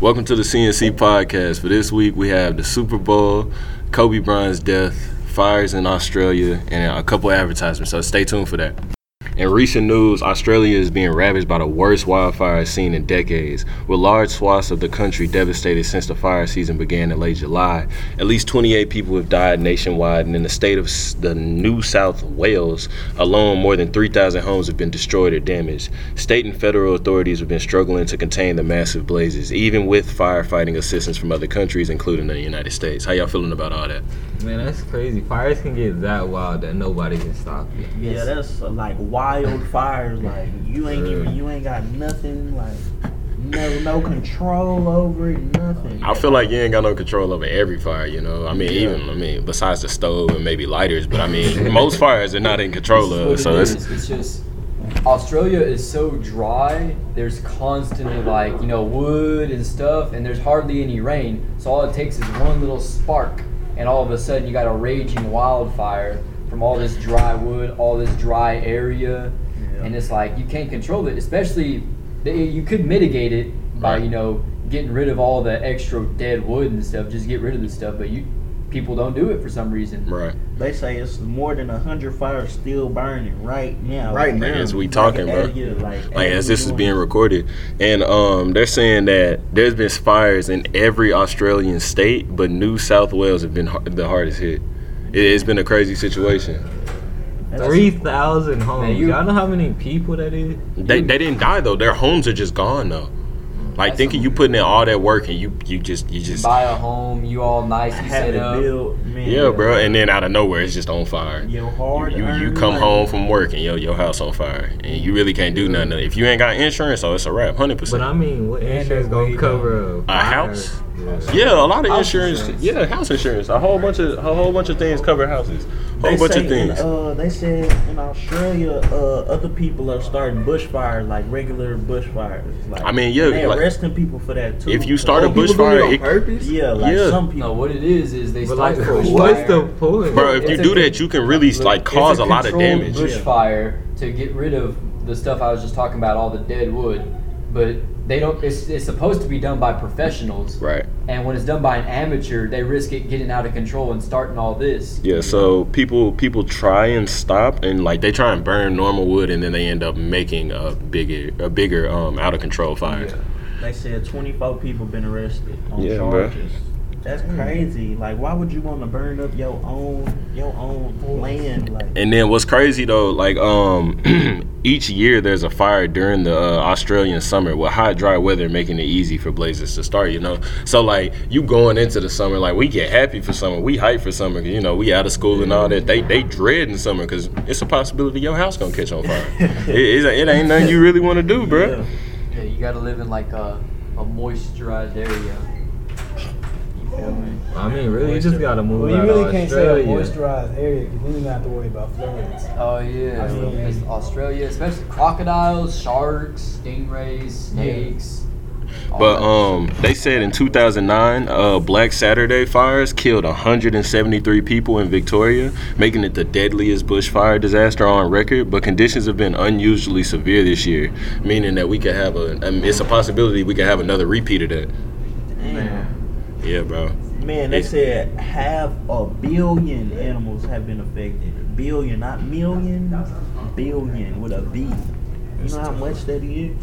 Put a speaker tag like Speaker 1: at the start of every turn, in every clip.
Speaker 1: Welcome to the CNC podcast. For this week, we have the Super Bowl, Kobe Bryant's death, fires in Australia, and a couple advertisements. So stay tuned for that. In recent news, Australia is being ravaged by the worst wildfires seen in decades, with large swaths of the country devastated since the fire season began in late July. At least 28 people have died nationwide, and in the state of s- the New South Wales alone, more than 3,000 homes have been destroyed or damaged. State and federal authorities have been struggling to contain the massive blazes, even with firefighting assistance from other countries, including the United States. How y'all feeling about all that?
Speaker 2: Man, that's crazy. Fires can get that wild that nobody can stop it.
Speaker 3: Yeah, that's uh, like wild fires. Like you ain't
Speaker 1: Yeah.
Speaker 3: even you ain't got nothing. Like no no control over it. Nothing.
Speaker 1: I feel like you ain't got no control over every fire, you know. I mean,
Speaker 3: Yeah.
Speaker 1: even I mean, besides the stove and maybe lighters, but I mean, most fires are not in control of.
Speaker 4: It's what
Speaker 1: So
Speaker 4: it
Speaker 1: that's
Speaker 4: is. it's just Australia is so dry. There's constantly like you know wood and stuff, and there's hardly any rain. So all it takes is one little spark, and all of a sudden you got a raging wildfire from all this dry wood, all this dry area,
Speaker 3: Yeah.
Speaker 4: and it's like you can't control it. Especially they- you could mitigate it by
Speaker 1: Right.
Speaker 4: you know getting rid of all the extra dead wood and stuff. Just get rid of the stuff, but you people don't do it for some reason.
Speaker 1: right.
Speaker 3: They say it's more than hundred fires still burning right now.
Speaker 1: Right now. As we talking,
Speaker 3: like,
Speaker 1: bro.
Speaker 3: as- yeah, like,
Speaker 1: Like as this is
Speaker 3: we
Speaker 1: being
Speaker 3: doing-
Speaker 1: recorded, and um, they're saying that there's been fires in every Australian state, but New South Wales have been har- the hardest hit. It, it's been a crazy situation.
Speaker 3: that's-
Speaker 2: Three thousand homes.
Speaker 4: Man, you-
Speaker 2: Y'all know how many people that is?
Speaker 1: They, they didn't die though. Their homes are just gone though. Like
Speaker 4: Mm. That's
Speaker 1: thinking you putting in all that work and you you just you just
Speaker 4: buy a home, you all nice, you
Speaker 3: Have
Speaker 4: set
Speaker 3: it
Speaker 4: up.
Speaker 3: built, man.
Speaker 1: yeah, bro. And then out of nowhere, it's just on fire.
Speaker 3: Your hard.
Speaker 1: You, you, you
Speaker 3: earned
Speaker 1: come
Speaker 3: money.
Speaker 1: home from work and yo your house on fire and you really can't do nothing if you ain't got insurance so it's a wrap hundred
Speaker 2: But I
Speaker 1: percent.
Speaker 2: mean, what insurance gonna cover a, fire?
Speaker 1: house?
Speaker 2: Yeah.
Speaker 1: Yeah, a lot of
Speaker 4: House
Speaker 1: insurance,
Speaker 4: insurance.
Speaker 1: Yeah, house insurance. A whole bunch of a whole bunch of things cover houses. A
Speaker 3: They
Speaker 1: whole bunch
Speaker 3: say
Speaker 1: of things.
Speaker 3: In, uh, they said in Australia, uh, other people are starting bushfires, like regular bushfires. Like,
Speaker 1: I mean, yeah,
Speaker 3: and They're
Speaker 1: like-
Speaker 3: arresting people for that too.
Speaker 1: if you start a bushfire, it,
Speaker 3: yeah, like
Speaker 1: Yeah.
Speaker 3: some people.
Speaker 4: No, what it is is they
Speaker 2: But
Speaker 4: start
Speaker 2: like,
Speaker 4: a bushfire.
Speaker 2: what's the point?
Speaker 1: bro, if you
Speaker 4: It's a
Speaker 1: do
Speaker 4: con-
Speaker 1: that, you can really like
Speaker 4: It's
Speaker 1: cause a, lot of
Speaker 4: controlled
Speaker 1: damage.
Speaker 4: Bushfire to get rid of the stuff I was just talking about, all the dead wood, but they don't. It's, it's supposed to be done by professionals,
Speaker 1: Right.
Speaker 4: And when it's done by an amateur, they risk it getting out of control and starting all this.
Speaker 1: Yeah, so people people try and stop and like they try and burn normal wood and then they end up making a bigger a bigger um out of control fire.
Speaker 3: They said 24 people been arrested on
Speaker 1: Yeah, bruh.
Speaker 3: charges. That's crazy. Like, why would you want to burn up your own your own land? Like,
Speaker 1: And then what's crazy though, like um, each year there's a fire during the uh, Australian summer with hot, dry weather making it easy for blazes to start. You know, so like you going into the summer, like we get happy for summer, we hype for summer. 'cause, You know, we out of school and all that. They they dread in summer because it's a possibility your house gonna catch on fire. it, it's- it ain't nothing you really want to do, bro.
Speaker 3: yeah.
Speaker 4: Yeah, you got to live in like a, a moisturized area. You feel me?
Speaker 2: I mean, really, you just gotta move
Speaker 5: Well,
Speaker 2: out
Speaker 5: you
Speaker 2: of
Speaker 5: really can't say a
Speaker 2: Australia.
Speaker 5: moisturized area because then you don't have to worry about floods.
Speaker 4: Oh yeah, It's Australia, especially crocodiles, sharks, stingrays, snakes. all
Speaker 1: But
Speaker 4: that.
Speaker 1: um, they said in 2009, uh, Black Saturday fires killed 173 people in Victoria, making it the deadliest bushfire disaster on record. But conditions have been unusually severe this year, meaning that we could have a. I mean, it's a possibility we could have another repeat of that.
Speaker 3: Man,
Speaker 1: Yeah, bro.
Speaker 3: Man, they said half a billion animals have been affected. Billion, not million. Billion with a B. You know how much that is?
Speaker 4: Man,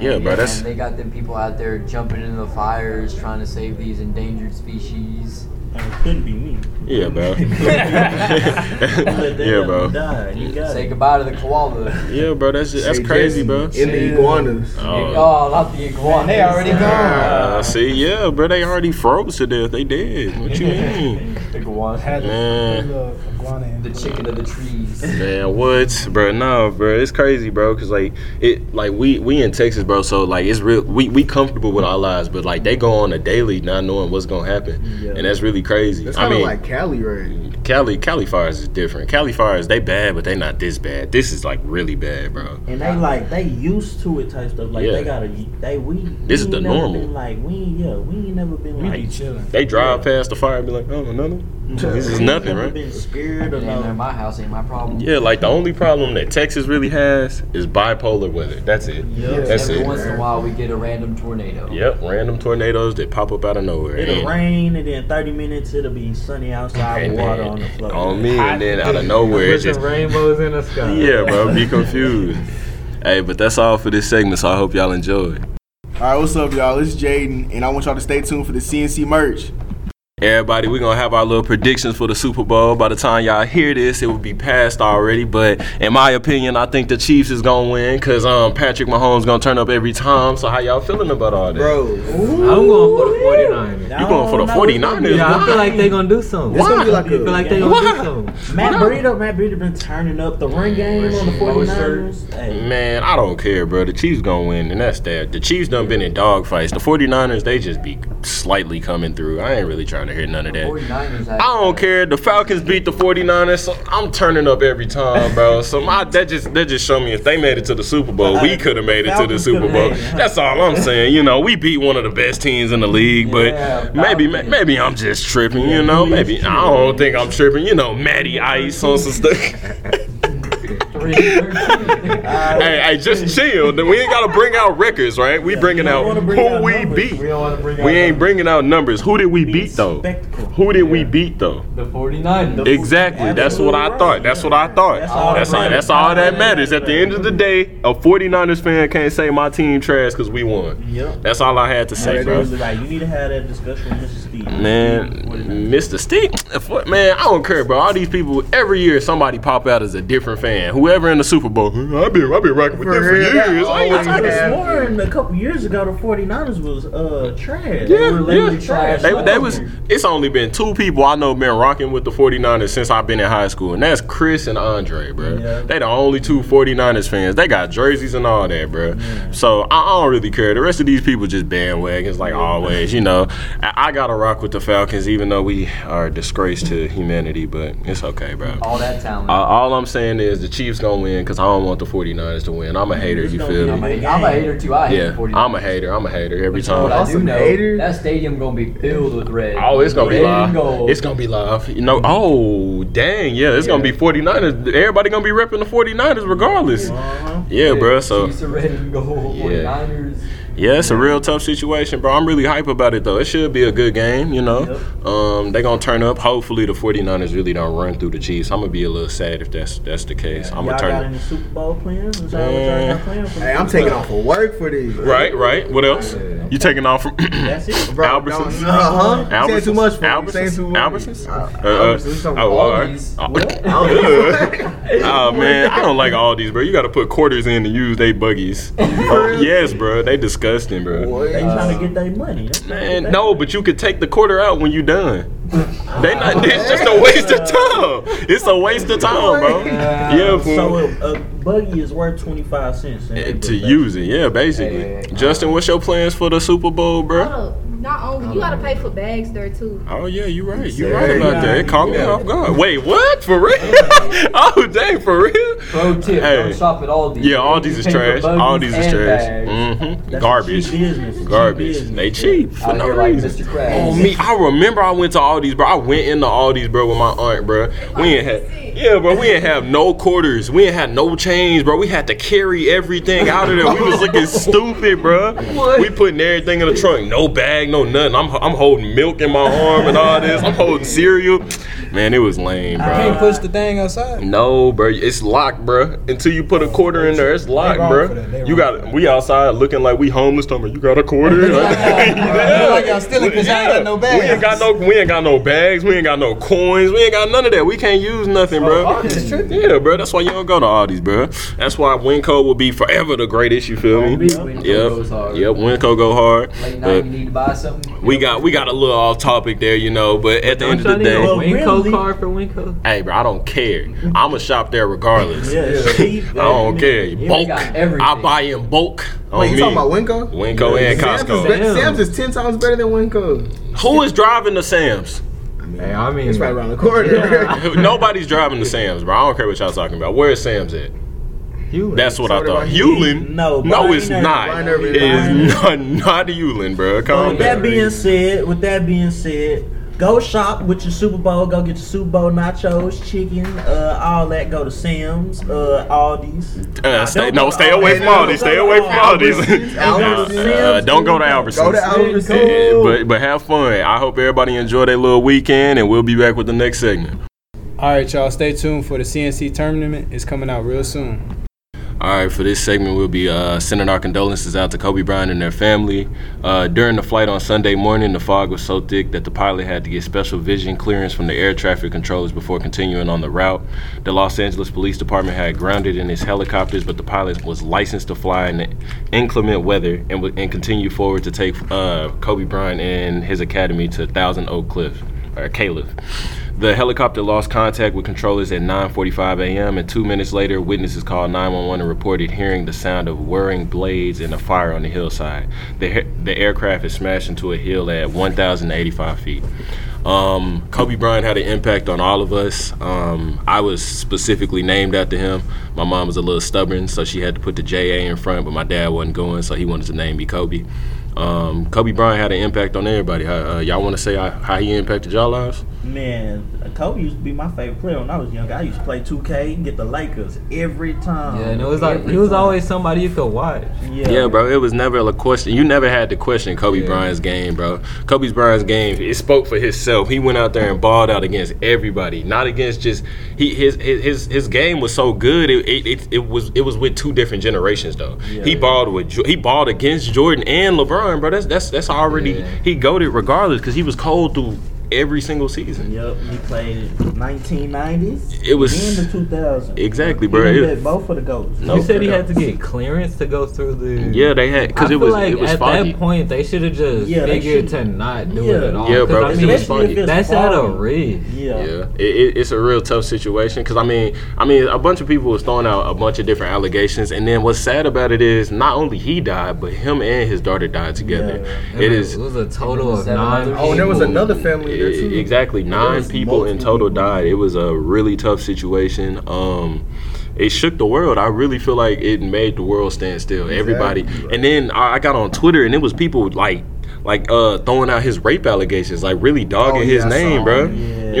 Speaker 1: Yeah, bro, that's-
Speaker 4: man, they got them people out there jumping into the fires, trying to save these endangered species.
Speaker 3: And Uh, it couldn't be me.
Speaker 1: Yeah, bro.
Speaker 3: Let that
Speaker 1: yeah,
Speaker 3: animal
Speaker 1: bro.
Speaker 3: Die. You got
Speaker 4: Say
Speaker 3: it.
Speaker 4: goodbye to the koala.
Speaker 1: Yeah, bro. That's just, that's crazy, bro.
Speaker 6: In the iguanas.
Speaker 1: Oh,
Speaker 4: Oh, not the iguana.
Speaker 5: they already gone.
Speaker 1: uh, see, yeah, bro. They already froze to death. They did. What you mean,
Speaker 4: The iguana.
Speaker 5: Had
Speaker 1: man?
Speaker 5: the iguana in
Speaker 4: The
Speaker 5: it.
Speaker 4: chicken of the trees.
Speaker 1: Man, what, bro? No, bro, it's crazy, bro. Cause like it, like we we in Texas, bro. So like it's real. We we comfortable with our lives, but like they go on a daily not knowing what's gonna happen,
Speaker 3: Yeah.
Speaker 1: and that's really crazy.
Speaker 6: That's
Speaker 1: I
Speaker 6: kind of
Speaker 1: mean,
Speaker 6: like Cali rain.
Speaker 1: Cali Cali fires is different. Cali fires they bad, but they not this bad. This is like really bad, bro.
Speaker 3: And they like they used to it type stuff. Like
Speaker 1: Yeah.
Speaker 3: they gotta they we.
Speaker 1: This is
Speaker 3: we
Speaker 1: the
Speaker 3: ain't never
Speaker 1: normal.
Speaker 3: Been like we ain't yeah we ain't never been
Speaker 5: We
Speaker 3: like
Speaker 5: be chilling.
Speaker 1: They drive past the fire and be like, oh, nothing. This is
Speaker 3: we ain't
Speaker 1: nothing,
Speaker 3: never
Speaker 1: right?
Speaker 3: Been scared or
Speaker 4: Ain't
Speaker 3: no.
Speaker 4: no, my house ain't my problem.
Speaker 1: Yeah, like the only problem that Texas really has is bipolar weather. That's it.
Speaker 3: Yeah.
Speaker 1: That's
Speaker 4: Every
Speaker 1: it.
Speaker 4: once in a while, we get a random tornado.
Speaker 1: Yep, random tornadoes that pop up out of nowhere.
Speaker 3: It'll
Speaker 1: And-
Speaker 3: rain and then thirty minutes it'll be sunny outside
Speaker 1: and
Speaker 3: with water
Speaker 1: then-
Speaker 3: on the floor.
Speaker 1: on me, and then out of nowhere,
Speaker 2: Put
Speaker 1: it's just
Speaker 2: some rainbows in the sky.
Speaker 1: yeah, bro. Be confused. hey, but that's all for this segment. So I hope y'all enjoyed.
Speaker 6: All right, what's up, y'all? It's Jaden, and I want y'all to stay tuned for the CNC merch.
Speaker 1: Everybody, we're gonna have our little predictions for the Super Bowl. By the time y'all hear this, it will be past already. But in my opinion, I think the Chiefs is gonna win because um Patrick Mahomes gonna turn up every time. So how y'all feeling about all that?
Speaker 3: Bro,
Speaker 2: I'm going for the 49ers.
Speaker 1: You going for the
Speaker 3: I don't know
Speaker 1: 49ers?
Speaker 2: Yeah, I feel
Speaker 1: Why?
Speaker 2: like they're gonna do something.
Speaker 6: It's gonna be
Speaker 1: Why?
Speaker 6: like
Speaker 2: I feel
Speaker 6: a,
Speaker 2: like they're gonna
Speaker 1: Why?
Speaker 2: do something.
Speaker 3: Matt Breida, Matt Breida been turning up the run game on the 49ers.
Speaker 1: Mm-hmm.
Speaker 3: Hey,
Speaker 1: Man, I don't care, bro. The Chiefs gonna win, and that's that. The Chiefs done been in dog fights. The 49ers, they just be slightly coming through. I ain't really trying to hear none of that.
Speaker 4: 49ers.
Speaker 1: I don't care. The Falcons beat the 49ers. So I'm turning up every time, bro. So my that just that just show me if they made it to the Super Bowl, we could have made it to the
Speaker 3: Falcons
Speaker 1: Super
Speaker 3: coulda
Speaker 1: Bowl.
Speaker 3: made it.
Speaker 1: That's all I'm saying. You know, we beat one of the best teams in the league, but
Speaker 4: Yeah,
Speaker 1: maybe ma-
Speaker 4: Falcons.
Speaker 1: maybe I'm just tripping. You know, maybe I don't think I'm tripping. You know, Matty Ice on some stuff.
Speaker 4: care.
Speaker 1: hey, hey, just chill. We ain't gotta bring out records, right? We bringing
Speaker 3: don't
Speaker 1: out
Speaker 3: wanna bring
Speaker 1: who
Speaker 3: out
Speaker 1: we
Speaker 3: numbers.
Speaker 1: beat.
Speaker 4: we don't want to bring
Speaker 1: We ain't bringing out numbers. Who did we beat though?
Speaker 3: spectacle.
Speaker 1: Who did we beat though?
Speaker 4: the 49ers.
Speaker 1: Exactly. That's what I thought. That's what I thought. That's
Speaker 3: That's
Speaker 1: all,
Speaker 3: all
Speaker 1: that's
Speaker 3: that
Speaker 1: all,
Speaker 3: matters.
Speaker 1: that matters. At the end of the day, a 49ers fan can't say my team trash because we won.
Speaker 3: Yep.
Speaker 1: That's all I had to say,
Speaker 3: That's
Speaker 1: bro.
Speaker 3: really right. You need to have that discussion with Mr. Steve.
Speaker 1: Man, Mr. Stick, if what- man, I don't care, bro. All these people, every year somebody pop out as a different fan. Whoever in the Super Bowl, I've been, I've been rocking with them for years. I ain't
Speaker 3: I
Speaker 1: trying
Speaker 3: could
Speaker 1: to
Speaker 3: have sworn a couple years ago the 49ers was uh trash.
Speaker 1: Yeah,
Speaker 3: they were literally
Speaker 1: yeah.
Speaker 3: trash.
Speaker 1: They, they was. It's only been two people I know been rocking with the 49ers since I've been in high school, and that's Chris and Andre, bro.
Speaker 3: Yeah.
Speaker 1: They the only two 49ers fans. They got jerseys and all that, bro. So I, I don't really care. The rest of these people just bandwagons, like always. You know, I, I gotta rock with the Falcons, even though we are a disgrace to humanity. But it's okay, bro.
Speaker 4: All that talent.
Speaker 1: Uh, all I'm saying is the Chiefs gonna win because I don't want the 49ers to win. I'm a hater.
Speaker 3: It's
Speaker 1: You
Speaker 3: gonna
Speaker 1: feel
Speaker 3: be
Speaker 4: I'm,
Speaker 1: me?
Speaker 4: a, I'm a hater too. I hate
Speaker 1: Yeah,
Speaker 4: the 49ers.
Speaker 1: I'm a hater. I'm a hater every
Speaker 4: But
Speaker 1: time.
Speaker 4: I do
Speaker 5: Awesome
Speaker 4: know
Speaker 5: hater.
Speaker 4: that stadium gonna be filled with red.
Speaker 1: Oh, it's gonna be
Speaker 4: red
Speaker 1: live.
Speaker 4: and gold.
Speaker 1: It's gonna be live. You know, oh dang, yeah, it's gonna be 49ers. Everybody gonna be repping the 49ers regardless.
Speaker 3: Uh-huh.
Speaker 1: Yeah, bro. So
Speaker 4: Chiefs are red and gold.
Speaker 1: Yeah.
Speaker 4: 49ers.
Speaker 1: yeah, it's a real tough situation, bro. I'm really hype about it though. It should be a good game, you know. Um, they gonna turn up. Hopefully the 49ers really don't run through the Chiefs. I'm gonna be a little sad if that's that's the case. I'm
Speaker 3: y'all
Speaker 1: gonna
Speaker 3: got
Speaker 1: turn
Speaker 3: any Super Bowl plans? Is that what y'all got planned for?
Speaker 6: hey, I'm taking off of work for these.
Speaker 1: Right, right. What else? You taking off from
Speaker 3: That's it.
Speaker 1: Albertsons?
Speaker 6: Uh huh.
Speaker 1: Albertsons?
Speaker 6: Saying too much for me.
Speaker 1: Albertsons?
Speaker 6: Saying too much.
Speaker 1: Albertsons?
Speaker 6: Uh,
Speaker 1: Uh, uh,
Speaker 6: Albertsons, something.
Speaker 1: oh, all right.
Speaker 4: Aldi's.
Speaker 1: Oh, oh, man, I don't like all these, bro. You got to put quarters in to use they buggies. Oh, yes, bro, they disgusting, bro.
Speaker 3: They
Speaker 6: What?
Speaker 3: trying to get their money. They tryna
Speaker 1: Man,
Speaker 3: get
Speaker 1: no, but you could take the quarter out when you done. They not. It's just a waste of time. It's a waste of time, bro. Yeah,
Speaker 3: their- So
Speaker 1: fool.
Speaker 3: a, a buggy is worth twenty five cents. in
Speaker 1: Eh,
Speaker 3: April,
Speaker 1: To
Speaker 3: baby.
Speaker 1: use it, yeah, basically. Justin, what's your plans for the Super Bowl,
Speaker 7: Hold
Speaker 1: bro?
Speaker 7: up. Not only you gotta pay for bags there too.
Speaker 1: Oh yeah, you right. You
Speaker 6: Yeah,
Speaker 1: right about that. It caught me
Speaker 6: yeah.
Speaker 1: off guard. Wait, what? For real? oh dang, for real?
Speaker 4: Pro tip:
Speaker 1: Hey.
Speaker 4: Don't shop at Aldi.
Speaker 1: Yeah, all these
Speaker 4: You
Speaker 1: is
Speaker 4: pay for
Speaker 1: trash.
Speaker 4: buggies
Speaker 1: All these is
Speaker 4: and
Speaker 1: trash.
Speaker 4: bags.
Speaker 1: Mm-hmm.
Speaker 3: That's
Speaker 1: Garbage.
Speaker 3: cheap business. Cheap
Speaker 1: Garbage.
Speaker 3: business.
Speaker 1: They cheap for
Speaker 4: Out
Speaker 1: no
Speaker 4: here like
Speaker 1: reason.
Speaker 4: Mr. Krabs.
Speaker 1: Oh me, I remember I went to Aldi's, bro. I went into Aldi's, bro, with my aunt, bro. We ain't had, yeah, bro. We ain't have no quarters. We ain't had no change, bro. We had to carry everything out of there. We was looking stupid, bro. We putting everything in the trunk, no bag, no nothing. I'm, I'm holding milk in my arm and all this. I'm holding cereal. Man, it was lame, bro.
Speaker 5: Can't push the thing outside.
Speaker 1: No, bro, it's locked, bro. Until you put a quarter in there, it's locked,
Speaker 5: wrong
Speaker 1: bro.
Speaker 5: for that. They
Speaker 1: You
Speaker 5: wrong
Speaker 1: got we outside looking like we homeless. Talking, about, you got a quarter? yeah.
Speaker 5: like y'all stealing 'cause y'all ain't got no
Speaker 1: We ain't got no, we ain't got no bags. We ain't got no coins. We ain't got none of that. We can't use nothing, bro. yeah, bro. That's why you don't go to Aldi's, bro. That's why Winco will be forever the greatest. You feel me? Yep.
Speaker 4: Winco goes hard.
Speaker 1: Yep. Winco go hard.
Speaker 4: Late night,
Speaker 1: But
Speaker 4: you need to buy something.
Speaker 1: we got we got a little off topic there, you know. But at the
Speaker 2: I'm
Speaker 1: end of
Speaker 2: trying
Speaker 1: the
Speaker 2: to get a
Speaker 1: day,
Speaker 3: Well,
Speaker 2: Winco
Speaker 3: really-
Speaker 2: card for Winco.
Speaker 1: hey, bro, I don't care. I'ma shop there regardless.
Speaker 3: Yeah, it's cheap.
Speaker 1: I don't care. Bulk.
Speaker 4: got everything.
Speaker 1: I buy in bulk. On
Speaker 6: Wait, you
Speaker 1: me.
Speaker 6: talking about Winco?
Speaker 1: Winco and
Speaker 6: Sam's is,
Speaker 1: Costco.
Speaker 6: be- Sam's is ten times better than Winco.
Speaker 1: Who is driving the Sam's?
Speaker 2: Hey, I mean,
Speaker 8: It's right around the corner.
Speaker 1: Nobody's driving to Sam's, bro. I don't care what y'all talking about. Where is Sam's at?
Speaker 2: Hewlett.
Speaker 1: That's what
Speaker 8: So
Speaker 1: I
Speaker 8: did
Speaker 1: thought.
Speaker 8: I-
Speaker 1: Hewlin?
Speaker 3: No,
Speaker 1: no,
Speaker 3: Brian
Speaker 1: it's
Speaker 3: Irvin.
Speaker 1: not.
Speaker 8: Brian
Speaker 1: It
Speaker 8: Irvin.
Speaker 1: is not not Hewlin, bro.
Speaker 3: But
Speaker 1: Calm
Speaker 3: with that
Speaker 1: down.
Speaker 3: being said, with that being said, go shop with your Super Bowl. Go get your Super Bowl nachos, chicken, uh, all that. Go to Sam's, uh, Aldi's.
Speaker 1: Uh, stay,
Speaker 3: Don't
Speaker 1: no,
Speaker 3: go
Speaker 1: stay
Speaker 3: to
Speaker 1: away from
Speaker 8: Albertsons.
Speaker 1: all these. Stay away from all these.
Speaker 8: Albertsons.
Speaker 1: Uh, Don't go to Albertsons.
Speaker 8: Go to Albertsons.
Speaker 1: Yeah, but but have fun. I hope everybody enjoy their little weekend, and we'll be back with the next segment.
Speaker 5: All right, y'all. Stay tuned for the CNC tournament. It's coming out real soon.
Speaker 1: All right, for this segment, we'll be uh, sending our condolences out to Kobe Bryant and their family. Uh, during the flight on Sunday morning, the fog was so thick that the pilot had to get special vision clearance from the air traffic controllers before continuing on the route. The Los Angeles Police Department had grounded in his helicopters, but the pilot was licensed to fly in the inclement weather and, would- and continued forward to take uh, Kobe Bryant and his academy to Thousand Oak Cliff, or Calif. The helicopter lost contact with controllers at 9:45 a.m. and two minutes later, witnesses called 911 and reported hearing the sound of whirring blades and a fire on the hillside. The, he- the aircraft is smashed into a hill at 1,085 feet. Um, Kobe Bryant had an impact on all of us. Um, I was specifically named after him. My mom was a little stubborn, so she had to put the JA in front, but my dad wasn't going, so he wanted to name me Kobe. Um, Kobe Bryant had an impact on everybody. Uh, y'all want to say how, how he impacted y'all lives?
Speaker 3: Man, Kobe used to be my favorite player when I was young. I used to play 2K and get the Lakers every time.
Speaker 2: Yeah, and it was like he was always somebody you could watch.
Speaker 3: Yeah,
Speaker 1: Yeah, bro. It was never a question. You never had to question Kobe Bryant's game, bro. Kobe Bryant's game. It spoke for himself. He went out there and balled out against everybody, not against just he. His his his, his game was so good. It, it it it was it was with two different generations though. he balled with Jo- he balled against Jordan and LeBron, bro. That's that's that's already
Speaker 2: Yeah.
Speaker 1: he goaded regardless because he was cold through every single season.
Speaker 3: Yep, he played 1990s.
Speaker 1: It was-
Speaker 3: in the 2000s.
Speaker 1: Exactly, bro.
Speaker 3: He
Speaker 1: It-
Speaker 3: did both of the goats.
Speaker 1: No,
Speaker 2: you said he
Speaker 1: no.
Speaker 2: had to get clearance to go through the.
Speaker 1: Yeah, they had
Speaker 2: I
Speaker 1: because it
Speaker 2: feel
Speaker 1: was
Speaker 2: like
Speaker 1: it was
Speaker 2: at
Speaker 1: foggy.
Speaker 2: that point they should have just
Speaker 3: Yeah, they
Speaker 2: figured to
Speaker 3: should-
Speaker 2: not do it
Speaker 3: Yeah.
Speaker 2: at all.
Speaker 1: Yeah, bro,
Speaker 2: 'Cause,
Speaker 1: it
Speaker 2: I mean,
Speaker 1: was
Speaker 3: Especially if it's
Speaker 2: that's at a
Speaker 3: foggy.
Speaker 2: reef.
Speaker 3: Yeah.
Speaker 1: Yeah, it, it, it's a real tough situation because I mean, I mean, a bunch of people was throwing out a bunch of different allegations, and then what's sad about it is not only he died, but him and his daughter died together.
Speaker 2: It,
Speaker 1: It
Speaker 2: was,
Speaker 1: is
Speaker 2: it was a total of
Speaker 4: Seven
Speaker 2: nine.
Speaker 4: others.
Speaker 2: people.
Speaker 8: Oh, and there was another family there too.
Speaker 1: e- exactly nine
Speaker 8: was
Speaker 1: people in
Speaker 8: multiple
Speaker 1: total died. It was a really tough situation. Um, it shook the world. I really feel like it made the world stand still. Everybody, and then I I got on Twitter, and it was people like. Like uh, throwing out his rape allegations, like really dogging
Speaker 8: Oh,
Speaker 1: his
Speaker 8: yeah, I saw
Speaker 1: name,
Speaker 8: him.
Speaker 1: bro.
Speaker 3: Yeah.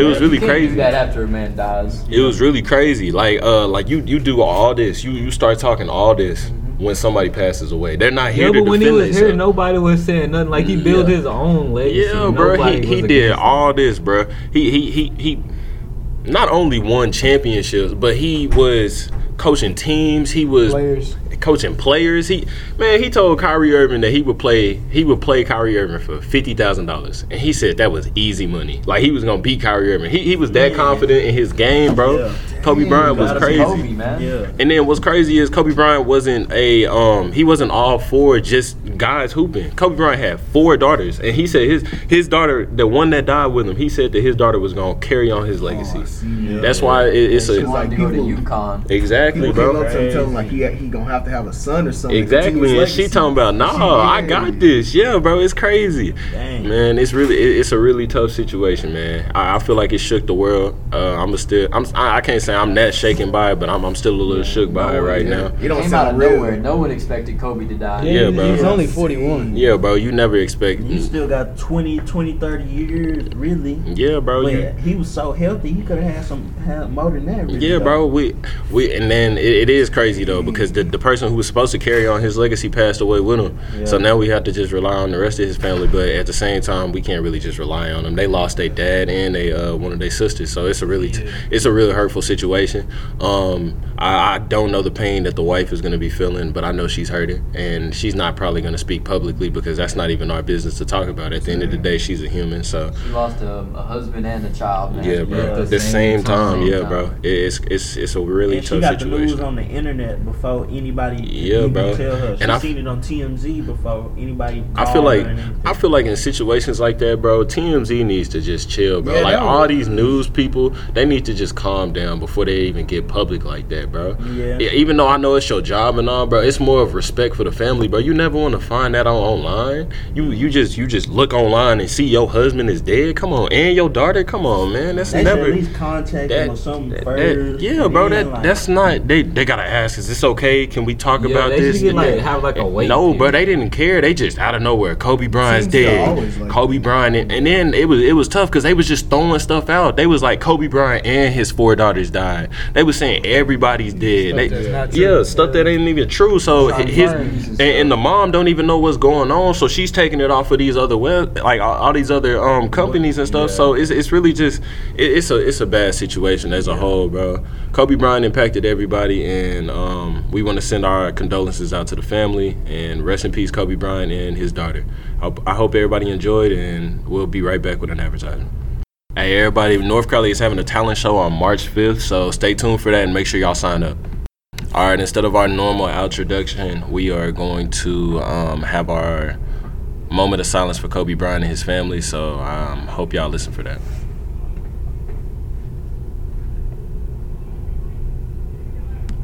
Speaker 1: It was really
Speaker 4: You can't do
Speaker 1: crazy.
Speaker 4: that after a man dies.
Speaker 1: It was really crazy. Like uh like you you do all this. You you start talking all this when somebody passes away. They're not here
Speaker 2: Mm-hmm.
Speaker 1: to
Speaker 2: Yeah, but
Speaker 1: defend
Speaker 2: when he was here,
Speaker 1: themselves.
Speaker 2: nobody was saying nothing. Like he built his own legacy.
Speaker 1: Yeah, bro.
Speaker 2: Nobody
Speaker 1: He,
Speaker 2: was
Speaker 1: he did
Speaker 2: against him.
Speaker 1: all this, bro. He he he he not only won championships, but he was coaching teams. He was
Speaker 8: Players.
Speaker 1: coaching players. He man, he told Kyrie Irving that he would play he would play Kyrie Irving for fifty thousand dollars, and he said that was easy money. Like he was gonna beat Kyrie Irving. He, he was that confident in his game, bro.
Speaker 3: Yeah.
Speaker 1: Kobe Bryant was
Speaker 4: Gotta be
Speaker 1: crazy.
Speaker 4: Kobe, man.
Speaker 3: Yeah.
Speaker 1: And then what's crazy is Kobe Bryant wasn't a um he wasn't all for just guys hooping. Kobe Bryant had four daughters, and he said his his daughter, the one that died with him, he said that his daughter was gonna carry on his legacy. That's why it, it's
Speaker 4: She
Speaker 1: a
Speaker 4: wanted to go to UConn.
Speaker 1: exactly,
Speaker 8: People
Speaker 1: bro.
Speaker 8: came up to him telling him like he, he gonna have to have a son or something. to continue
Speaker 1: Exactly, and
Speaker 8: his
Speaker 1: she
Speaker 8: legacy.
Speaker 1: talking about, nah, I got this. Yeah, bro, it's crazy,
Speaker 3: Dang.
Speaker 1: man. It's really, it, it's a really tough situation, man. I, I feel like it shook the world. Uh, I'm still, I'm, I, I can't say I'm that shaken by it, but I'm, I'm still a little shook by it right now.
Speaker 8: It don't
Speaker 4: Came out
Speaker 8: sound
Speaker 4: of
Speaker 8: real.
Speaker 4: nowhere. No one expected Kobe to die.
Speaker 1: Yeah, bro.
Speaker 5: He's only 41.
Speaker 1: Yeah, bro, you never expect.
Speaker 3: You still got 20, 20, 30 years, really.
Speaker 1: Yeah, bro.
Speaker 3: But
Speaker 1: You,
Speaker 3: he was so healthy, he could have had some had more than that. Really,
Speaker 1: yeah,
Speaker 3: though.
Speaker 1: bro. We we and then it, it is crazy though because the, the person who was supposed to carry on his legacy passed away with him. So
Speaker 3: Yeah.
Speaker 1: now we have to just rely on the rest of his family. But at the same time, we can't really just rely on them. They lost their dad and they uh, one of their sisters. So it's a really t- it's a really hurtful situation. Um, I, I don't know the pain that the wife is going to be feeling, but I know she's hurting and she's not probably going to speak publicly because that's not even our business to talk about. At the end of the day, she's a human. So.
Speaker 4: She lost a, a husband and a child, man.
Speaker 1: Yeah, bro.
Speaker 3: Yeah,
Speaker 1: the,
Speaker 3: the
Speaker 1: same,
Speaker 2: same
Speaker 1: time,
Speaker 4: time.
Speaker 1: yeah, bro. It- It's it's it's a really
Speaker 3: And she
Speaker 1: tough
Speaker 3: got the news
Speaker 1: situation.
Speaker 3: on the internet before anybody
Speaker 1: Yeah,
Speaker 3: even
Speaker 1: bro.
Speaker 3: tell her. She
Speaker 1: And I-
Speaker 3: seen it on TMZ before anybody.
Speaker 1: I feel
Speaker 3: called
Speaker 1: like
Speaker 3: her and anything.
Speaker 1: I feel like in situations like that, bro, TMZ needs to just chill, bro.
Speaker 8: Yeah,
Speaker 1: like
Speaker 8: no.
Speaker 1: all these news people, they need to just calm down before they even get public like that, bro.
Speaker 3: Yeah.
Speaker 1: Even though I know it's your job and all, bro, it's more of respect for the family, bro. You never want to find that out online. You you just you just look online and see your husband is dead. Come on, and your daughter. Come on, man. That's
Speaker 3: They should
Speaker 1: never.
Speaker 3: at least contact him or
Speaker 1: That,
Speaker 3: something
Speaker 1: that-
Speaker 3: first.
Speaker 1: yeah,
Speaker 3: and
Speaker 1: bro.
Speaker 3: then,
Speaker 1: That
Speaker 3: like-
Speaker 1: that's not. They they gotta ask. Is this okay? Can we talk
Speaker 2: Yeah,
Speaker 1: about
Speaker 2: they should
Speaker 1: this?
Speaker 2: get,
Speaker 1: And
Speaker 2: like,
Speaker 1: that-
Speaker 2: have, like, a wait
Speaker 1: No, bro.
Speaker 2: period.
Speaker 1: They didn't care. They just out of nowhere. Kobe Bryant's
Speaker 8: Seems to
Speaker 1: dead.
Speaker 8: always like
Speaker 1: Kobe Bryant, and, and then it was it was tough because they was just throwing stuff out. They was like Kobe Bryant and his four daughters died. They was saying everybody's dead. They-
Speaker 4: that's not
Speaker 1: yeah,
Speaker 4: true.
Speaker 1: stuff that ain't even true. So hi-
Speaker 4: Sean
Speaker 1: his
Speaker 4: Burns and
Speaker 1: and,
Speaker 4: stuff.
Speaker 1: and the mom don't even know what's going on. So she's taking it off of these other web like all, all these other um companies and stuff. So it's it's really just it, it's a it's a bad situation as a whole, bro. Kobe Bryant impacted everybody, and um, we want to send our condolences out to the family and rest in peace, Kobe Bryant and his daughter. I, I hope everybody enjoyed, and we'll be right back with an advertisement. Hey everybody, North Carolina is having a talent show on March 5th, so stay tuned for that and make sure y'all sign up. All right, instead of our normal introduction, we are going to um, have our moment of silence for Kobe Bryant and his family. So um, hope y'all listen for that.